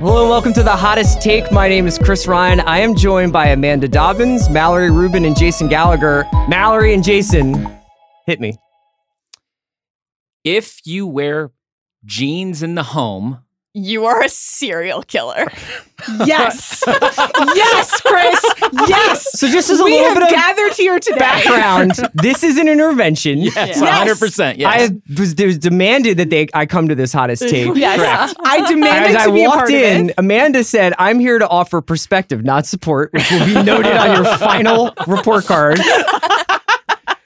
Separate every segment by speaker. Speaker 1: Hello and welcome to the hottest take. My name is Chris Ryan. I am joined by Amanda Dobbins, Mallory Rubin, and Jason Gallagher. Mallory and Jason, hit me.
Speaker 2: if you wear jeans in the home,
Speaker 3: You are a serial killer.
Speaker 4: Yes. yes, Chris. Yes.
Speaker 1: So just as a
Speaker 4: we
Speaker 1: little
Speaker 4: have
Speaker 1: bit of
Speaker 4: gathered here today.
Speaker 1: background, this is an intervention.
Speaker 2: yes,
Speaker 4: Yes.
Speaker 2: 100%. Yes.
Speaker 1: I was, it was demanded that they I come to this hottest take.
Speaker 4: Yes. I
Speaker 1: As
Speaker 4: demanded
Speaker 1: I
Speaker 4: to be a part
Speaker 1: walked
Speaker 4: of it.
Speaker 1: in, Amanda said, I'm here to offer perspective, not support, which will be noted on your final report card.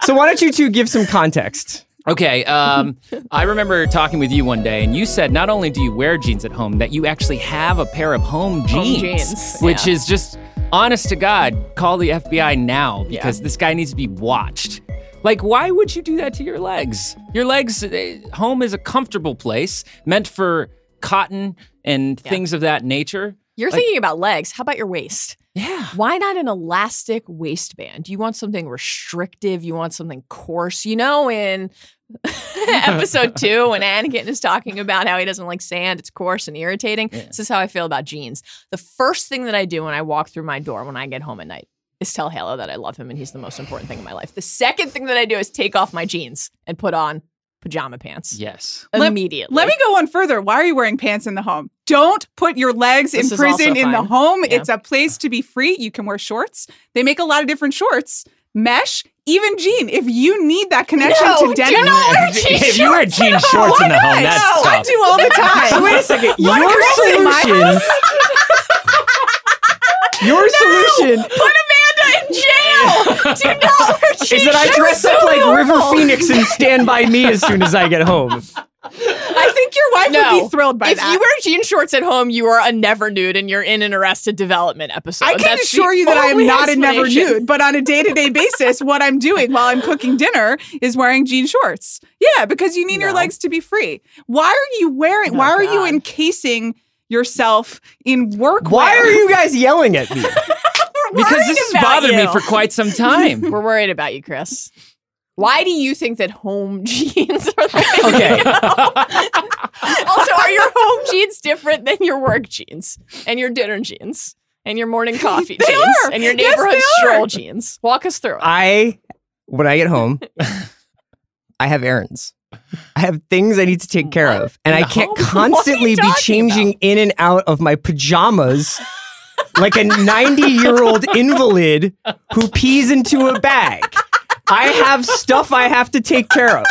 Speaker 1: So why don't you two give some context?
Speaker 2: okay, um, I remember talking with you one day, and you said not only do you wear jeans at home, that you actually have a pair of home jeans,
Speaker 3: jeans,
Speaker 2: which
Speaker 3: yeah.
Speaker 2: is just honest to God, call the FBI now because this guy needs to be watched. Like, why would you do that to your legs? Your legs, eh, home is a comfortable place meant for cotton and things of that nature.
Speaker 3: You're
Speaker 2: Like-
Speaker 3: thinking about legs. How about your waist?
Speaker 2: Yeah.
Speaker 3: Why not an elastic waistband? You want something restrictive. You want something coarse. You know, in episode two, when Anakin is talking about how he doesn't like sand, it's coarse and irritating.
Speaker 2: Yeah.
Speaker 3: This is how I feel about jeans. The first thing that I do when I walk through my door when I get home at night is tell Halo that I love him and he's the most important thing in my life. The second thing that I do is take off my jeans and put on pajama pants
Speaker 2: Yes.
Speaker 4: Let-
Speaker 3: immediately.
Speaker 4: Let me go one further. Why are you wearing pants in the home? Don't put your legs
Speaker 3: This
Speaker 4: in
Speaker 3: is also
Speaker 4: prison in the
Speaker 3: fine.
Speaker 4: home.
Speaker 3: Yeah.
Speaker 4: It's a place to be free. You can wear shorts. They make a lot of different shorts, mesh, even jean. If you need that connection
Speaker 3: No,
Speaker 4: to
Speaker 3: do
Speaker 4: denim,
Speaker 3: not wear jean
Speaker 2: if you wear jean shorts in the home, that's
Speaker 4: I
Speaker 2: tough.
Speaker 4: do all the
Speaker 1: So
Speaker 4: time.
Speaker 1: wait a second.
Speaker 4: What
Speaker 1: your
Speaker 4: Chris in my
Speaker 1: solution. Your solution
Speaker 3: put Amanda in jail. Do not wear jeans.
Speaker 1: is that I dress up like River Phoenix and stand by me as soon as I get home.
Speaker 4: I think your wife would
Speaker 3: No.
Speaker 4: be thrilled by
Speaker 3: if
Speaker 4: that.
Speaker 3: you wear jean shorts at home, you are a never nude, and you're in an arrested development episode.
Speaker 4: I can
Speaker 3: Uh, That's the
Speaker 4: assure you that I am
Speaker 3: only
Speaker 4: not a never
Speaker 3: explanation.
Speaker 4: nude, but on a day to day basis, what I'm doing while I'm cooking dinner is wearing jean shorts. Yeah, because you need your
Speaker 3: No.
Speaker 4: legs to be free. Why are you wearing?
Speaker 3: Oh,
Speaker 4: why are you
Speaker 3: God.
Speaker 4: encasing yourself in work?
Speaker 1: Why are you guys yelling at me?
Speaker 2: Because this has
Speaker 3: about
Speaker 2: bothered me
Speaker 3: you.
Speaker 2: for quite some time.
Speaker 3: We're worried about you, Chris. Why do you think that home jeans are the
Speaker 1: Okay.
Speaker 3: Also, are your home jeans different than your work jeans and your dinner jeans and your morning coffee
Speaker 4: They
Speaker 3: jeans
Speaker 4: are.
Speaker 3: and your
Speaker 4: Yes,
Speaker 3: neighborhood
Speaker 4: they are.
Speaker 3: stroll jeans? Walk us through it.
Speaker 1: I when I get home, I have errands. I have things I need to take care of, and I can't
Speaker 3: home? What are you
Speaker 1: constantly be
Speaker 3: talking
Speaker 1: changing in and out of my pajamas like a 90-year-old invalid who pees into a bag. I have stuff I have to take care of.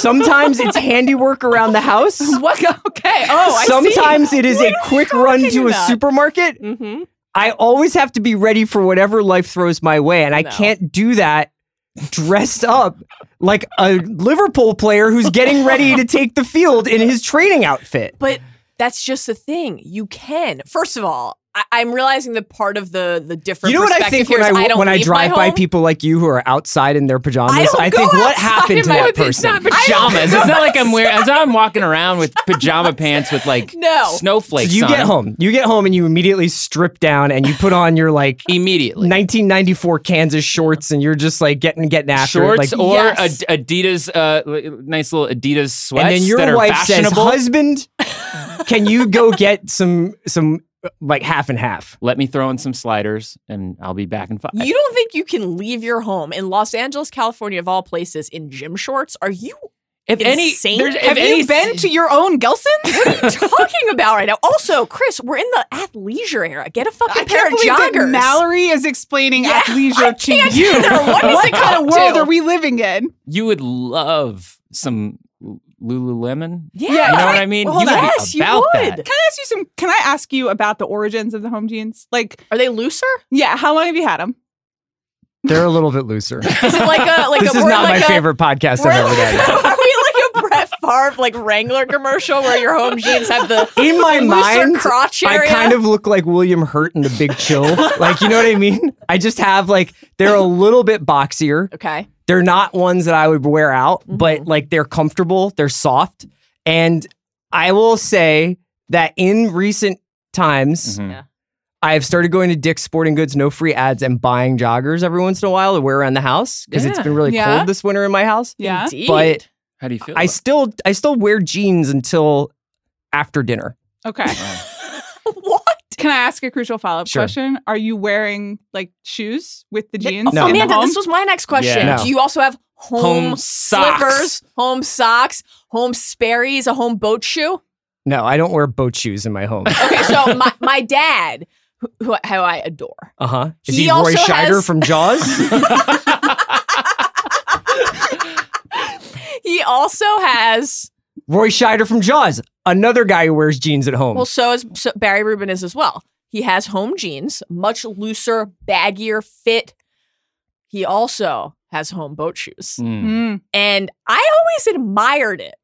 Speaker 1: Sometimes it's handiwork around the house.
Speaker 4: What? Okay. Oh, I
Speaker 1: Sometimes it is a quick run to a
Speaker 3: about?
Speaker 1: supermarket.
Speaker 3: mm-hmm.
Speaker 1: I always have to be ready for whatever life throws my way, and I
Speaker 3: No.
Speaker 1: can't do that dressed up like a Liverpool player who's getting ready to take the field in his training outfit.
Speaker 3: But that's just the thing. You can. First of all, I- I'm realizing that part of the the different.
Speaker 1: you know what I
Speaker 3: perspective
Speaker 1: think
Speaker 3: here
Speaker 1: when I,
Speaker 3: is don't
Speaker 1: when I
Speaker 3: leave
Speaker 1: drive
Speaker 3: my
Speaker 1: by
Speaker 3: home.
Speaker 1: people like you who are outside in their pajamas?
Speaker 3: don't go
Speaker 1: think what
Speaker 3: outside
Speaker 1: happened to
Speaker 3: in my-
Speaker 1: that
Speaker 3: it's
Speaker 1: person?
Speaker 3: not
Speaker 2: pajamas. It's not like I'm wearing. It's not I'm walking around with pajama pants with like
Speaker 3: No.
Speaker 1: So
Speaker 2: snowflakes.
Speaker 1: you
Speaker 2: on
Speaker 1: get
Speaker 2: them
Speaker 1: home, you get home, and you immediately strip down and you put on your like.
Speaker 2: immediately.
Speaker 1: 1994 Kansas shorts, and you're just like getting getting after it,
Speaker 2: Shorts
Speaker 1: like,
Speaker 2: or
Speaker 3: Yes.
Speaker 2: Ad- Adidas, uh, li- nice little Adidas sweats
Speaker 1: and then
Speaker 2: that
Speaker 1: your
Speaker 2: are
Speaker 1: wife says,
Speaker 2: fashionable.
Speaker 1: "Husband, can you go get some some uh, like half and half?"
Speaker 2: Let me throw in some sliders, and I'll be back in five.
Speaker 3: You don't think you can leave your home in Los Angeles, California, of all places, in gym shorts? Are you If
Speaker 2: any-
Speaker 3: insane.
Speaker 2: there's- if
Speaker 4: Have
Speaker 2: any-
Speaker 4: you been to your own Gelson's?
Speaker 3: what are you talking about right now? Also, Chris, we're in the athleisure era. Get a fucking
Speaker 4: I
Speaker 3: pair
Speaker 4: can't
Speaker 3: of
Speaker 4: believe that
Speaker 3: joggers.
Speaker 4: Mallory is explaining
Speaker 3: Yeah, I
Speaker 4: athleisure to
Speaker 3: can't
Speaker 4: you.
Speaker 3: either. What does it
Speaker 4: kind of
Speaker 3: come
Speaker 4: world
Speaker 3: to?
Speaker 4: are we living in?
Speaker 2: You would love some Lu- Lululemon.
Speaker 3: yeah.
Speaker 4: Yeah,
Speaker 2: You know what I mean?
Speaker 3: Well,
Speaker 2: you would be
Speaker 3: yes, you
Speaker 2: about
Speaker 3: would.
Speaker 2: that.
Speaker 4: Can I ask you some? Can I ask you about the origins of the home jeans? Like,
Speaker 3: Are they looser?
Speaker 4: yeah, how long have you had them?
Speaker 1: They're a little bit looser.
Speaker 3: Is it like a like
Speaker 1: this
Speaker 3: a
Speaker 1: is
Speaker 3: we're
Speaker 1: not
Speaker 3: like
Speaker 1: my
Speaker 3: a,
Speaker 1: favorite podcast
Speaker 3: we're
Speaker 1: I've ever
Speaker 3: like,
Speaker 1: done.
Speaker 3: are we like a Brett Favre like Wrangler commercial where your home jeans have the
Speaker 1: In my
Speaker 3: looser
Speaker 1: mind,
Speaker 3: crotch
Speaker 1: I
Speaker 3: area?
Speaker 1: kind of look like William Hurt in The Big Chill. like, you know what I mean? I just have like they're a little bit boxier.
Speaker 3: okay.
Speaker 1: They're not ones that I would wear out,
Speaker 3: Mm-hmm.
Speaker 1: but like they're comfortable, they're soft, and I will say that in recent times,
Speaker 2: Mhm.
Speaker 3: Yeah.
Speaker 1: I have started going to Dick's Sporting Goods, no free ads, and buying joggers every once in a while to wear around the house because it's
Speaker 2: Yeah.
Speaker 1: been really
Speaker 4: Yeah.
Speaker 1: cold this winter in my house.
Speaker 4: Yeah.
Speaker 3: Indeed.
Speaker 1: But-
Speaker 2: How do you feel?
Speaker 1: I still I still wear jeans until after dinner.
Speaker 4: Okay.
Speaker 2: about it?
Speaker 3: what?
Speaker 4: Can I ask a crucial follow up
Speaker 1: Sure.
Speaker 4: question? Are you wearing like shoes with the jeans?
Speaker 1: No.
Speaker 4: in the
Speaker 3: Oh, Amanda,
Speaker 4: home?
Speaker 3: this was my next question.
Speaker 2: Yeah.
Speaker 1: No.
Speaker 3: Do you also have home,
Speaker 2: Home
Speaker 3: slippers,
Speaker 2: socks.
Speaker 3: home socks, home Sperry's, a home boat shoe?
Speaker 1: No, I don't wear boat shoes in my home.
Speaker 3: Okay, so my, my dad, who, who how I adore,
Speaker 1: Uh huh. Is
Speaker 3: He
Speaker 1: he, Roy
Speaker 3: also
Speaker 1: Scheider
Speaker 3: has-
Speaker 1: from Jaws?
Speaker 3: he also has
Speaker 1: Roy Scheider from Jaws, another guy who wears jeans at home.
Speaker 3: well, so is so Barry Rubin is as well. He has home jeans, much looser, baggier fit. He also has home boat shoes,
Speaker 2: Mm.
Speaker 1: Hmm.
Speaker 4: Mm.
Speaker 3: and I always admired it.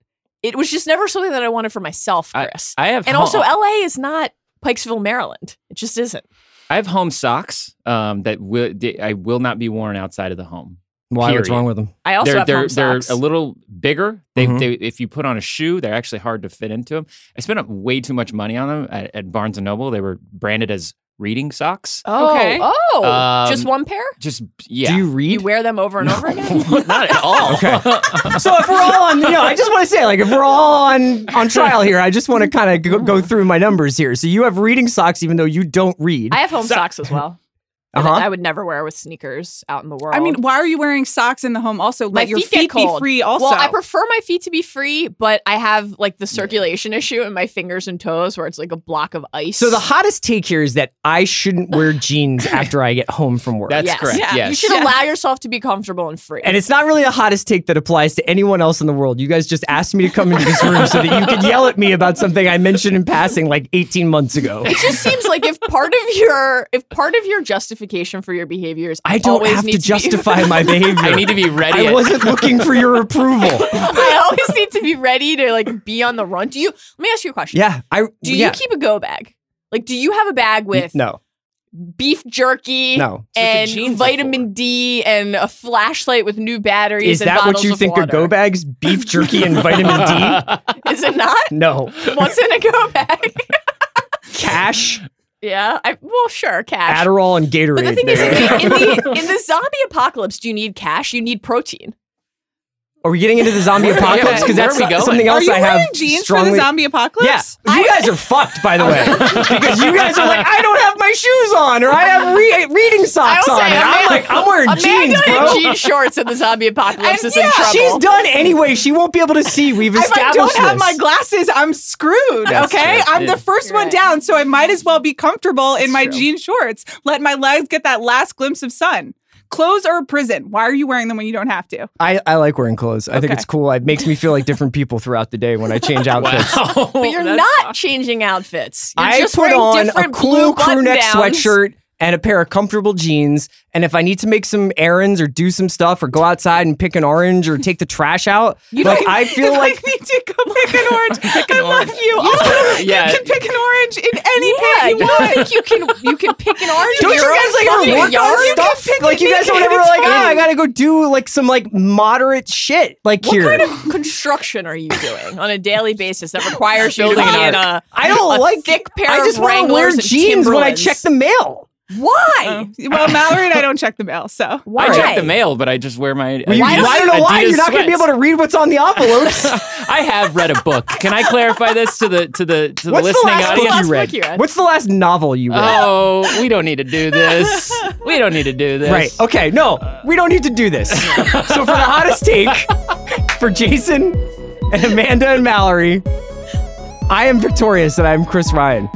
Speaker 3: It was just never something that I wanted for myself, Chris.
Speaker 2: I oh. have
Speaker 3: and
Speaker 2: home,
Speaker 3: also, LA is not Pikesville, Maryland. It just isn't.
Speaker 2: I have home socks um, that will, I will not be worn outside of the home.
Speaker 1: Why? What's
Speaker 2: period.
Speaker 1: wrong with them?
Speaker 3: I also
Speaker 2: they're
Speaker 3: have
Speaker 2: they're
Speaker 3: home
Speaker 2: they're
Speaker 3: socks.
Speaker 2: a little bigger. They,
Speaker 1: Mhm.
Speaker 2: they if you put on a shoe, they're actually hard to fit into them. I spent up way too much money on them at, at Barnes and Noble. They were branded as reading socks.
Speaker 3: oh,
Speaker 4: Okay.
Speaker 3: oh,
Speaker 2: Um,
Speaker 3: just one pair.
Speaker 2: Just yeah,
Speaker 1: Do you
Speaker 3: You
Speaker 1: read?
Speaker 3: wear them over and over again.
Speaker 2: not at all.
Speaker 1: Okay. so if we're all on, you know, I just want to say, like, if we're all on on trial here, I just want to kind of go, go through my numbers here. So you have reading socks, even though you don't read.
Speaker 3: I have home
Speaker 2: So-
Speaker 3: socks as well.
Speaker 1: Uh-huh.
Speaker 3: I would never wear with sneakers out in the world.
Speaker 4: I mean, why are you wearing socks in the home? Also,
Speaker 3: My
Speaker 4: let your
Speaker 3: feet get
Speaker 4: feet, be
Speaker 3: cold.
Speaker 4: free. Also,
Speaker 3: well, I prefer my feet to be free, but I have like the circulation issue in my fingers and toes where it's like a block of ice.
Speaker 1: so the hottest take here is that I shouldn't wear jeans after I get home from work.
Speaker 2: That's
Speaker 3: Yes.
Speaker 2: correct.
Speaker 4: Yeah, you
Speaker 2: yes.
Speaker 3: you should
Speaker 4: Yeah.
Speaker 3: allow yourself to be comfortable and free.
Speaker 1: and it's not really a hottest take that applies to anyone else in the world. You guys just asked me to come into this room so that you could yell at me about something I mentioned in passing like 18 months ago.
Speaker 3: it just seems like if part of your if part of your justification for your behavior is
Speaker 1: I don't
Speaker 3: always
Speaker 1: have
Speaker 3: need
Speaker 1: to
Speaker 3: be-
Speaker 1: justify my behavior.
Speaker 2: I need to be ready.
Speaker 1: I
Speaker 2: at-
Speaker 1: wasn't looking for your approval.
Speaker 3: I always need to be ready to like be on the run. Do you? Let me ask you a question.
Speaker 1: Yeah, I
Speaker 3: Do
Speaker 1: yeah.
Speaker 3: you keep a go bag? Like, do you have a bag with
Speaker 1: no,
Speaker 3: beef jerky?
Speaker 1: no.
Speaker 2: what the
Speaker 3: And
Speaker 2: jeans are
Speaker 3: vitamin D and a flashlight with new batteries.
Speaker 1: Is
Speaker 3: and
Speaker 1: that what
Speaker 3: bottles
Speaker 1: you
Speaker 3: of
Speaker 1: think are
Speaker 3: water.
Speaker 1: go bags? Beef jerky and vitamin
Speaker 3: Is it not?
Speaker 1: D? No.
Speaker 3: What's in a go bag?
Speaker 1: Cash,
Speaker 3: yeah. I, well, sure, cash.
Speaker 1: Adderall, and Gatorade.
Speaker 3: but the thing is, in
Speaker 1: there.
Speaker 3: the, in, the, in the zombie apocalypse, do you need cash? You need protein.
Speaker 1: are we getting into the zombie apocalypse? Because
Speaker 2: Where
Speaker 1: that's
Speaker 2: are we going?
Speaker 1: something
Speaker 4: are
Speaker 1: else
Speaker 4: you
Speaker 1: I
Speaker 4: wearing
Speaker 1: have
Speaker 4: jeans
Speaker 1: strongly.
Speaker 4: for the zombie
Speaker 1: yeah,
Speaker 4: apocalypse?
Speaker 1: you guys are fucked, by the way, because you guys are like, I don't have my shoes on, or I have re- reading socks
Speaker 3: I
Speaker 1: on.
Speaker 3: will say,
Speaker 1: and I'm
Speaker 3: Amanda-
Speaker 1: like, I'm wearing
Speaker 3: Amanda
Speaker 1: jeans,
Speaker 3: in
Speaker 1: bro.
Speaker 3: jean shorts in the zombie apocalypse is in
Speaker 4: yeah,
Speaker 3: trouble.
Speaker 1: She's done anyway. She won't be able to see. We've
Speaker 4: If I
Speaker 1: established
Speaker 4: don't have
Speaker 1: this.
Speaker 4: my glasses, I'm screwed.
Speaker 2: That's
Speaker 4: okay,
Speaker 2: true.
Speaker 4: I'm
Speaker 2: Yeah.
Speaker 4: the 1st
Speaker 3: You're
Speaker 4: one
Speaker 3: right.
Speaker 4: down, so I might as well be comfortable in
Speaker 3: That's
Speaker 4: my
Speaker 3: true.
Speaker 4: jean shorts. Let my legs get that last glimpse of sun. Clothes are a prison. Why are you wearing them when you don't have to?
Speaker 1: I, I like wearing clothes. I think
Speaker 4: Okay.
Speaker 1: it's cool. It makes me feel like different people throughout the day when I change outfits.
Speaker 2: Wow.
Speaker 3: But you're
Speaker 2: That's-
Speaker 3: not changing outfits. You're
Speaker 1: I
Speaker 3: just
Speaker 1: put
Speaker 3: wearing
Speaker 1: on a
Speaker 3: different
Speaker 1: cool
Speaker 3: blue button
Speaker 1: crew neck
Speaker 3: downs.
Speaker 1: sweatshirt and a pair of comfortable jeans. And if I need to make some errands or do some stuff or go outside and pick an orange or take the trash out,
Speaker 4: You
Speaker 1: like
Speaker 4: don't-
Speaker 1: I feel
Speaker 4: if
Speaker 1: like
Speaker 4: I need to go pick an orange. I love
Speaker 2: orange.
Speaker 4: you. Also,
Speaker 2: Yeah.
Speaker 4: you can pick an orange in any
Speaker 3: Yeah,
Speaker 4: pair you
Speaker 3: you
Speaker 4: want.
Speaker 3: think you can you can pick an orange?
Speaker 1: don't
Speaker 3: in
Speaker 1: you
Speaker 3: your
Speaker 1: guys
Speaker 3: own
Speaker 1: like
Speaker 3: fucking
Speaker 1: ever work
Speaker 3: yard?
Speaker 1: on stuff?
Speaker 4: pick
Speaker 1: Like you
Speaker 4: anything
Speaker 1: guys don't
Speaker 4: and
Speaker 1: ever
Speaker 4: it's
Speaker 1: like,
Speaker 4: fine.
Speaker 1: ah, I gotta go do like some like moderate shit like
Speaker 3: What
Speaker 1: here.
Speaker 3: kind of construction are you doing on a daily basis that requires you to be
Speaker 1: Building an
Speaker 3: in a
Speaker 1: I don't
Speaker 3: a
Speaker 1: like
Speaker 3: thick pair
Speaker 1: I just
Speaker 3: of
Speaker 1: wanna wear
Speaker 3: Wranglers and
Speaker 1: jeans when I
Speaker 3: Timberlands?
Speaker 1: check the mail.
Speaker 3: Why?
Speaker 4: Oh. Well, Mallory and I don't check the mail, so
Speaker 3: Why?
Speaker 2: I check the mail, but I just wear my.
Speaker 1: Well, you-
Speaker 3: Why
Speaker 1: I
Speaker 3: don't-
Speaker 1: don't know why
Speaker 2: Adidas
Speaker 1: you're not going to be
Speaker 2: sweats.
Speaker 1: able to read what's on the envelopes.
Speaker 2: I have read a book. Can I clarify this to the to the to the
Speaker 1: What's the
Speaker 2: listening
Speaker 1: last book
Speaker 2: audience?
Speaker 3: Last
Speaker 1: you read?
Speaker 3: book you read.
Speaker 1: What's the last novel you read?
Speaker 2: Oh, we don't need to do this. We don't need to do this.
Speaker 1: Right. Okay. No, we don't need to do this. so for the hottest take, for Jason and Amanda and Mallory, I am victorious and I'm Chris Ryan.